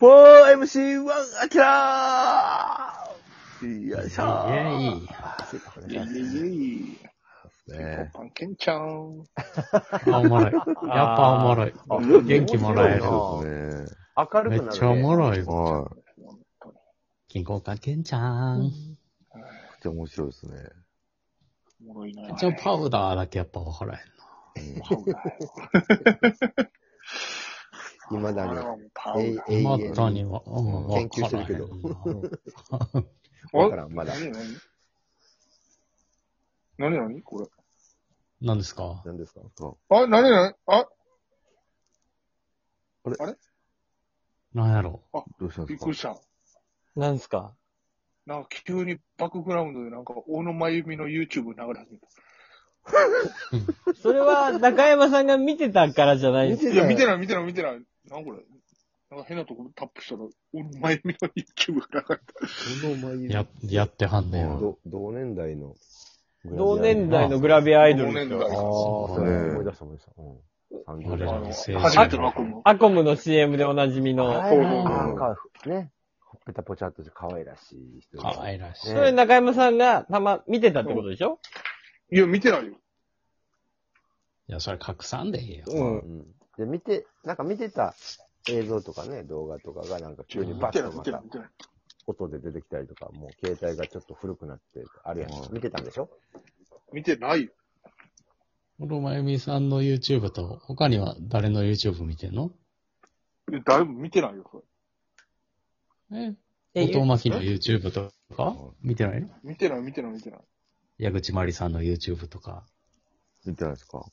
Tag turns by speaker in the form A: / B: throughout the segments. A: 4MC1 アキラーよいしょー
B: いやいい
A: いやいやいや
B: ね
A: パンケンちゃん。
B: あ、おもろい。やっぱおもろい。
C: あ
B: 元気もらえる
C: そ
D: そう
C: です
D: う
C: ね
D: ですね。
C: 明るくな
B: め
C: る、ね。
B: っちゃおもろいわ。
D: は
B: キングオブパンケンちゃん。
D: い。めっちゃ面白いですね。
A: おもろいな。
B: じゃあパウダーだけやっぱ分からへん
D: いまだ
A: あ
D: に
A: れ。はもうパウダ
D: え永
A: ー。
B: な。
D: 遠
B: またには、うん、分
D: 研究
B: か
D: して
B: らへ
D: る
B: ん
D: けど
B: な。
D: わからん、まだ。
A: 何何何何これ。
B: 何ですか
D: 何ですか
A: あ、何何あ、
B: 何やろ
D: どうしたん
A: び
D: で
A: っ
D: す
A: く
D: か
A: りした。
C: なんすか
A: なんか急にバックグラウンドでなんか、大野真由美の YouTube 流れ始めた。
C: それは中山さんが見てたからじゃないです
A: いや、見て
D: い。
A: ない見てない見てない。なんこれ。なんか変なとこタップしたら、大野真由美の YouTube が流れ
D: この前
B: や、やってはんねや。
E: ど同年代の。
C: 同年代
B: の
C: のグラビアアイドル
A: 同
C: で
A: 年
C: しょ。
A: 代
E: ああ、そう
D: うん
E: 思い出した思い出した。うん。
B: 俺ら
A: た。あ
B: の青
A: の、初
B: 春
A: めてのアコム。
C: アコムの CM でおなじみの。
E: は
A: そうそ
E: い
A: う
E: なんか、ね、ほっぺたぽちゃっとして可愛らしい人。
B: 可愛らしい
C: そ。れ中山さんがたま、見てたってことでしょ
A: いや、見てないよ。
B: いや、それ拡散でいいよ。
C: う。
E: うんん。で、見て、なんか見てた映像とかね、動画とかがなんか急に
A: 見
E: バ
A: て
E: ッ
A: ない
E: と
A: 見
E: ま
A: てない
E: た
A: 見てない。
E: 音で出てきたりとか、もう携帯がちょっと古くなって、あるやん。見てたんでしょ
A: 見てないよ。
B: このまゆみさんの YouTube と、他には誰の YouTube 見てんの
A: いやだいぶ見てないよ、そ
B: え
C: え
B: 後巻の YouTube とか見てないの
A: れ。見てない見てない見てない。
B: 矢口まりさんの YouTube とか、
D: 見てないですか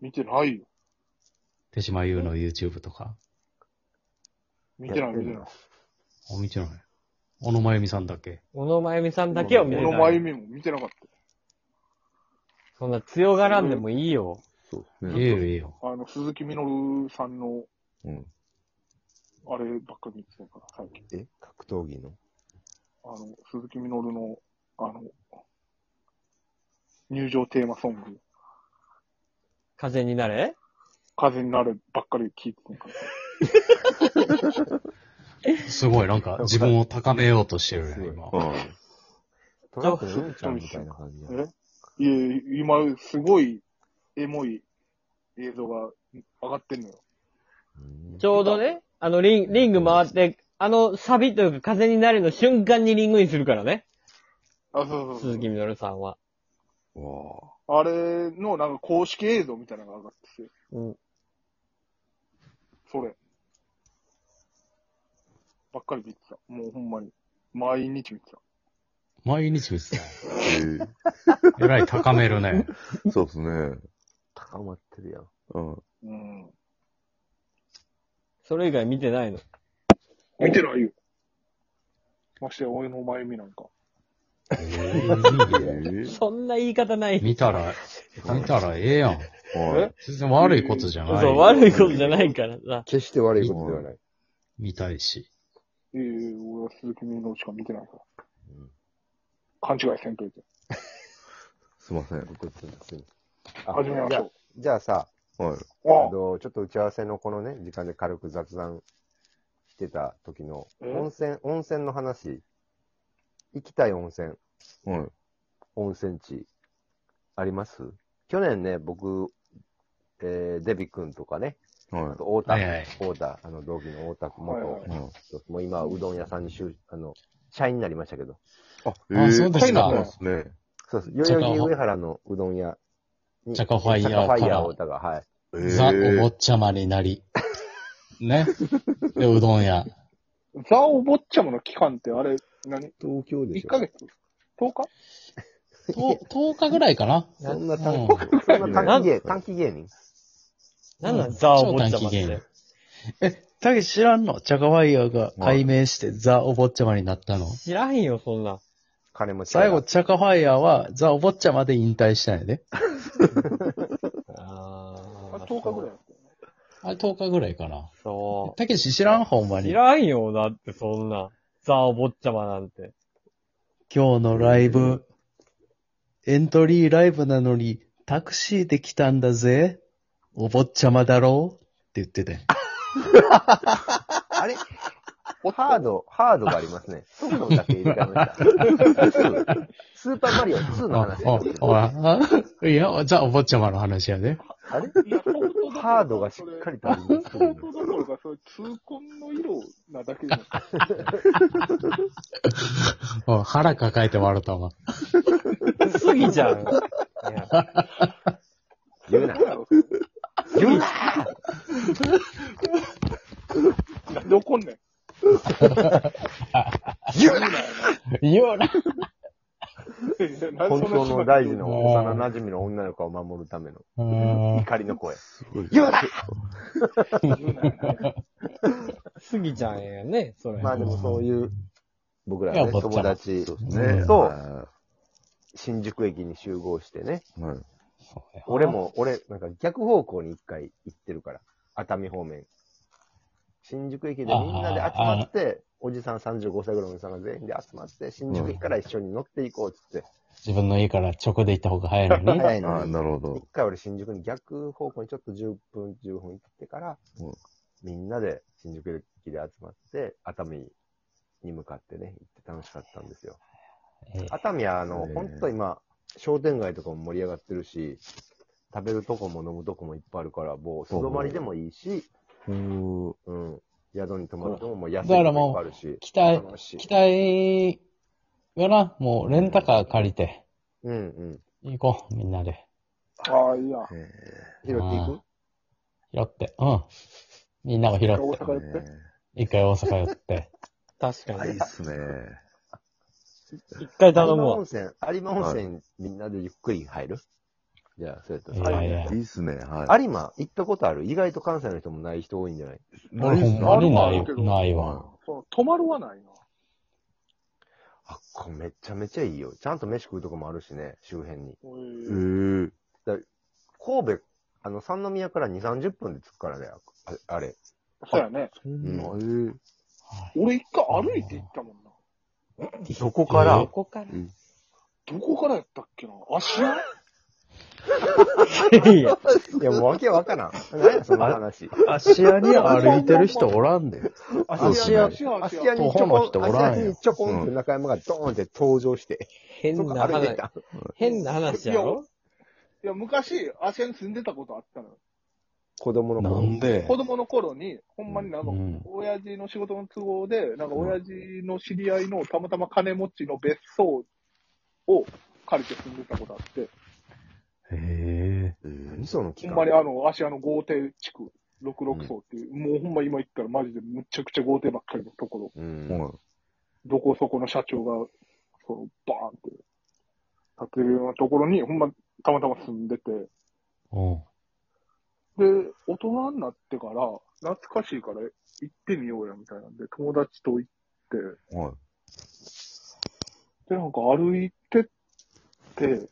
A: 見てないよ。
B: 手島優の YouTube とか。
A: 見てない見てない。
B: あ、見てない。小野真由美さんだけ。
C: 小野真由美さんだけを見て
A: 俺の
C: な
A: 真由
C: い。
A: 美も見てなかった。
C: そんな強がらんでもいいよ。
D: そう
B: い
D: で
B: いよ、いいよ。
A: あの、鈴木みのるさんの、
D: うん
A: あればっかり見てたから、最近。
E: え格闘技の
A: あの、鈴木みのるの、あの、入場テーマソング、
C: 風になれ
A: 風になるばっかり聴いてたから。
B: すごい、なんか自分を高めようとしてるよ、今。
E: トランプのゆうちゃんみたいな感じや
A: えいえ、今、すごい、エモい映像が上がってんのよ。
E: うん
C: ちょうどね、あのリン、リング回って、あのサビというか風になれの瞬間にリングインするからね。
A: あ、そうそうそ
C: 鈴
A: う。
C: 木みのるさんは。
D: わ
A: あれの、なんか公式映像みたいなのが上がってて、
C: うん。
A: それ。ばっかり見てた。もうほんまに。毎日見てた。
B: 毎日見てたよ。
D: ぁ。え
B: えらい高めるね。
D: ーそうですね。
E: 高まってるやん。
D: うん。
A: うん。
C: それ以外見てないの。
A: 見てないよ。ましてや、俺の前見なんか。
B: え
D: え
B: ー
D: ー
C: そんな言い方ない。
B: 見たら、見たらええやん。
D: はい。
B: 全然悪いことじゃな
C: そう、
B: い。
C: 悪いことじゃないからさ。
E: 決して悪いことではない。
B: 見たいし。
A: ええ俺は鈴木みのるしか見てないから。
E: うん
A: 勘違いせんといて。
D: すいません。は
E: 僕すいませんあ
A: 始めましょ
E: じゃあさ、
D: い。
A: う。あ
E: あの、ちょっと打ち合わせのこのね、時間で軽く雑談してた時の、
A: え
E: 温泉、温泉の話、行きたい温泉、
D: はい。
E: 温泉地、あります去年ね、僕、えー、デビ君とかね、あ
D: は。
E: と太田、
B: はいはい
E: 太田、あの、同期の太田君元、
A: はいはい
D: はい。
E: もう今はうどん屋さんに就、あの、社員になりましたけど、
D: あ、え
B: あそうですか
D: そうなんですね。
E: そうそう、代々木上原のうどん屋に、
B: チャカファイヤーから
E: チャカファイヤー太田が、はい。
D: え
B: ザ・お坊
D: ー。
B: ちゃまになり。ね。で、うどん屋。
A: ザ・お坊ちゃまの期間ってあれ、何
E: 東京
A: ?1 ヶ月 ?10 日
B: と10日ぐらいかな。
E: そんな
B: うん
E: 短期、そんな短期芸、短期芸人
C: なんなん、
B: うん
C: ザお坊ちゃまっ
B: 超短期ゲー
C: て
B: ム。え、たけし知らんのチャカファイヤーが改名してザ・お坊ちゃまになったの。
C: 知らんよ、そんな。
E: 金持ちやな
B: 最後、チャカファイヤーはザ・お坊ちゃまで引退したんやで。
C: あ
A: あれ ?10 日ぐらいだったよね。
B: あれ10日ぐらいかな。
C: そ
B: たけし知らんほんま
C: う。
B: に。
C: 知
B: 今
C: らんよ、だってそんな。ザお坊ちゃまなんて。
B: 日のライブ、エントリーライブなのに、タクシーで来たんだぜ。お坊ちゃまだろうって言ってて。
E: あれハード、ハードがありますね。ソフトだけ入れ替えました。スーパーマリオ2の話ですけど。
F: あ、あ、いや、じゃあお坊ちゃまの話やで。
E: あれ
A: いや、本当だ
E: ハードがしっかりとあります
A: 本当どころか、それ、痛恨の色なだけじゃないですか。
F: うん腹抱えて笑ったわ。
C: すぎちゃ う。
E: 言うな。言うな
A: なんで怒んねん。
E: 言うな
F: 言うな。
E: 本当の大 事な
F: うん
E: 幼馴染の女の子を守るための
F: うん。
E: 怒りの声。
D: すごい。
E: 言うな
C: すぎちゃんやね、それ。
E: まあでもそういう、僕ら
F: いや
E: ね、
F: 坊ちゃま
E: 友達
D: そうですね。
E: と
D: は
E: 新宿駅に集合してね。
D: いはい。
E: 俺も、俺、なんか逆方向に一回行ってるから。熱海方面。新宿駅でみんなで集まって、おじさん35歳ぐらいのおじさんが全員で集まって、新宿駅から一緒に乗っていこうっつって。
F: 自分の家から直で行った方が早いのに。
E: 早い
D: あ
E: の
D: あ、
E: に。
D: なるほ
E: 一
D: ど。
E: 回俺新宿に逆方向にちょっと10分、15分行ってから
D: うん、
E: みんなで新宿駅で集まって、熱海に向かってね、行って楽しかったんですよ。
F: え
E: 熱海はあの
D: ね、え
E: 本当今、商店街とかも盛り上がってるし、食べるとこも飲むとこもいっぱいあるから、もう素泊まりでもいいし、
D: うん。
E: うん、宿に泊まってももう安い
F: だから
E: とこ
F: もう
E: いっぱいあるし、
F: 期待、
E: 楽しい
F: 期。待はな、もうレンタカー借りて、
E: うんうん。
F: 行こう、みんなで。
A: ああ、いいや。
D: え
E: 拾っていく
F: 拾って、うん。みんなを拾っ
A: 大
F: て、
D: え
A: 阪行って。
F: 一回大阪寄 って。
C: 確
D: あ、
C: か
D: いい
C: に
D: っ。すね。
C: 一回
E: 有
C: 頼む
E: 馬温
C: わ。
E: 泉、有馬温泉みんなでゆっくり入るじゃあ、それと。
F: いやいや
D: いいっすね。はい。
E: 有馬行ったことある意外と関西の人もない人多いんじゃない
F: 俺ほんま
A: あ
F: に
A: る
F: な
A: あるけど
F: い、ないわ。
A: その泊まるはないな。
E: あっこめちゃめちゃいいよ。ちゃんと飯食うとこもあるしね、周辺に。
A: お
D: え
A: い
D: ー。
E: 神戸、あの、三宮から2、30分で着くからね、ああれ。
A: そうやね。
D: そんな、えー。
A: 俺一回歩いて行ったもんな。
E: どこから
F: え
C: ここか
A: どこからやったっけな足裏
C: ら。いや、
E: いや、もうわけわからん。何や、その話。
B: 芦屋に歩いてる人おらんで。
E: 芦
D: 屋
A: 足屋、
E: 芦
A: 足屋。
E: 屋にち
B: 徒歩
E: ょ
B: の
E: こ
B: 人
E: ん、
B: おらんや
E: 芦
B: ん
E: 屋にちょこんって中山がドーンって登場して、
C: 変
E: そこ
C: な
E: 歩いて
C: 話
E: た。。
C: 変な話やろ
A: いや、昔、足屋に住んでたことあったのよ。
E: 子供の
F: な
E: 頃。
F: んで
A: 子供の頃に、ほんまになんか
F: うん、
A: 親父の仕事の都合で、なんか親父の知り合いのたまたま金持ちの別荘を借りて住んでたことあって、
F: へ
D: えー
E: 何その期
A: ほ
E: 間
A: んまにあの、芦屋の豪邸地区、66層っていう、もうほんま今行ったらマジでむちゃくちゃ豪邸ばっかりのところ、
E: うん。
D: も
A: どこそこの社長が、その、バーンって、建てるようなところに、ほんま、たまたま住んでて、
F: ぇうん。
A: で、大人になってから、懐かしいから行ってみようや、みたいなんで、友達と行って、
D: う、はい。
A: で、なんか歩いてって、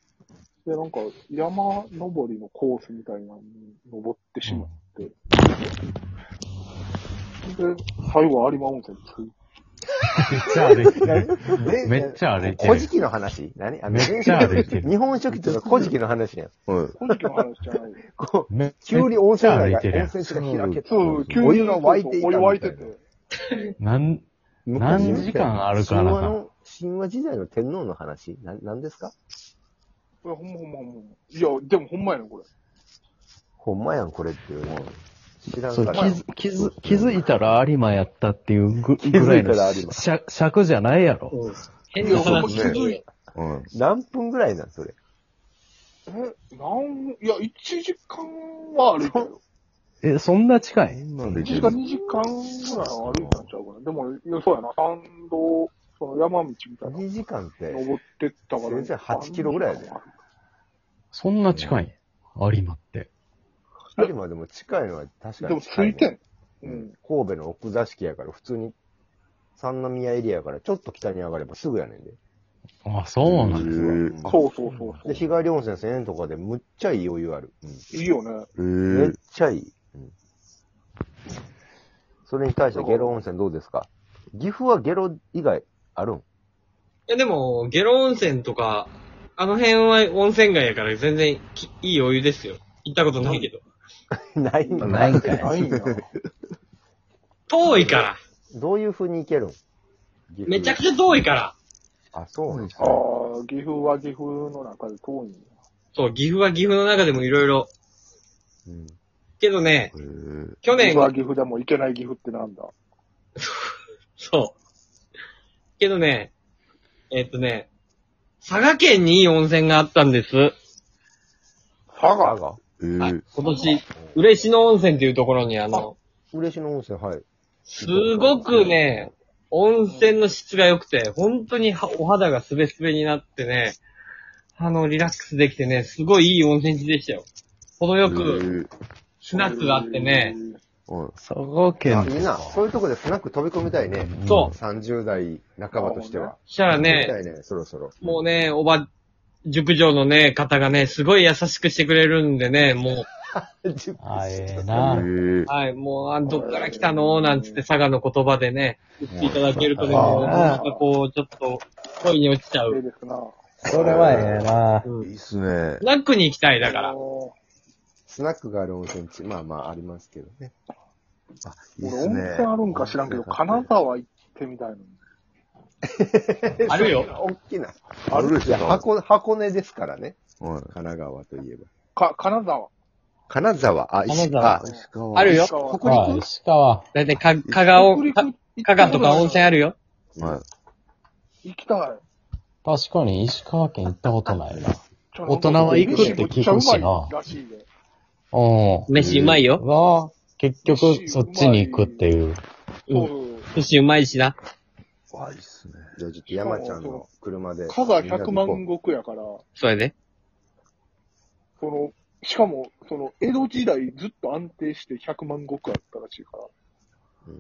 A: で、なんか山登りのコースみたいなのに登ってしまって、で、最後有馬温泉着い
F: めっちゃ歩いてる。
E: で
F: めっちゃ歩いてる
E: 古事記の話何あの
F: めっちゃ歩いてる
E: 日本書紀とか古事記の話やん。
D: はい。
A: て、古事記の話じゃない。
E: こう、
F: めっち
E: 急
F: ゃ
E: に温泉街
F: 歩
E: が、
F: いてるや
E: 温
F: ん。
E: 泉地が開けた。
A: そう、急に
E: お湯が湧いていた
A: お湯湧いてて
E: みたいな。
F: なん、
E: 昔
F: 何時間あるかな
E: 神話の、神話時代の天皇の話な、何ですか
A: これほんまほんまほんま。いや、でもほんまやねん、これ。
E: ほんまやん、これっていうね。知らん
B: そう
E: から。
B: 気づ、気づ、気づいたら有馬やったっていうぐ
E: 気づいたら
B: ぐらいの
E: 有馬
B: しゃ尺じゃないやろ。
C: 変な
A: ほんま
C: 話
A: 気づい
D: はい。
E: 何分ぐらいなん、それ。
A: え、なん、いや、1時間は歩いたよ。
B: え、そんな近
D: そ
B: い
D: んなんで
A: 1
D: き
A: 時
D: る
A: 間、2時間ぐらいは歩いたんちゃうかな。でも、いやそうやな、山道、その山道みたいなの
E: 2時間って、
A: 登ってったから。
E: 全然8キロぐらいやで
F: そんな近い有馬って。
E: 有馬でも近いのは確
A: で
E: かに
A: も、
E: 近
A: つ
E: い、
A: いてん。うん。
E: 神戸の奥座敷やから、普通に、三宮エリアからちょっと北に上がればすぐやねんで。
F: あ、そうなん
D: え
F: だ。
D: ー
A: そうそうそうそ
E: で、日帰り温泉1000円とかでむっちゃいいお湯ある。
A: う。いいよね。
D: え
E: めっ
D: ー
E: ちゃいい。うんそれに対してゲロ温泉どうですか岐阜はゲロ以外あるん
C: え、でも、ゲロ温泉とか、あの辺は温泉街やから全然きいいお湯ですよ。行ったことないけど。
E: ないん
B: ないんかい
E: ないんや
C: 遠いから。
E: どういう風に行けるん
C: めちゃく
E: ゃ。
C: ちゃ遠いから。
E: あ、そうなんです
A: ああ、岐阜は岐阜の中で遠いんや。
C: そう、岐阜は岐阜の中でもいろいろ。
E: うん。
C: けどね、
D: へー
C: 去
A: 岐
C: 年
A: 阜、は岐阜でも行けない岐阜ってなんだ
C: そう。けどね、えっとね、佐賀県にいい温泉があったんです。
A: 佐
E: 佐
A: 賀
E: 賀
D: えー
C: はい今年、嬉野温泉っていうところにあの、
E: 嬉野温泉、はい。
C: すごくね、温泉の質が良くて、本当にはお肌がすべすべになってね、あの、リラックスできてね、すごいいい温泉地でしたよ。程よく、スナックがあってね、
D: えーはい
B: 佐賀
E: あ
B: 県
E: みんな、そういうとこでスナック飛び込みたいね。
C: そう。
E: 30代半ばとしては。
C: したら
E: 飛
C: ね、
E: び込みたいね、そろそろ。
C: もうね、おば、熟女のね、方がね、すごい優しくしてくれるんでね、も
F: あー、ええ
D: え
F: な。
D: ー
C: う、はい、もう、あどっから来たのなんつって佐賀の言葉でね、言っていただけるとね、もうなんかこう、ちょっと、恋に落ちちゃ
A: ええ
C: う。
A: ですな。
F: それはええな。
C: う
D: い
C: ん
D: いっすね
C: ス。ナックに行きたい、だから
A: あ。の
E: スナックがある温泉地、まあまあありますけどね。
D: あ、いい
A: 俺
D: っす
A: 温
D: ね。
A: 泉あるんか知らんけど、金沢行ってみたいのに。
C: あるよ。
E: 大きな。
D: あるで
E: い
D: し
E: や、
D: ょ。
E: 箱、箱根ですからね。
D: はい。
E: 神奈川といえば。
A: か、金沢。
E: 金沢、あ、
F: 金
E: 石
F: 沢
E: あ
D: 石川
C: あるよ
A: 石川
E: 北陸
F: あー石川。
C: だいたいか、香川、
A: 北陸
C: か香川とか温泉あるよ。
D: はい。
A: 行きたい。
F: 確かに石川県行ったことないな。
A: ちょ
F: 大人は行くって聞くしな
A: めっちゃうまいらしいで
F: う
C: 飯うまい
F: ん。
C: よ。
F: が、結局、そっちに行くっていう。
C: う
A: そ
C: ん。
A: う。
C: 寿司うまいしな。
D: わ、いいっすね。
E: じゃあちょっと山ちゃんの車で。
A: 加賀百万
E: みんなで行こ
A: 石やから、
C: そうやね。
A: その、しかも、その、江戸時代ずっと安定して百万石あったらしいから、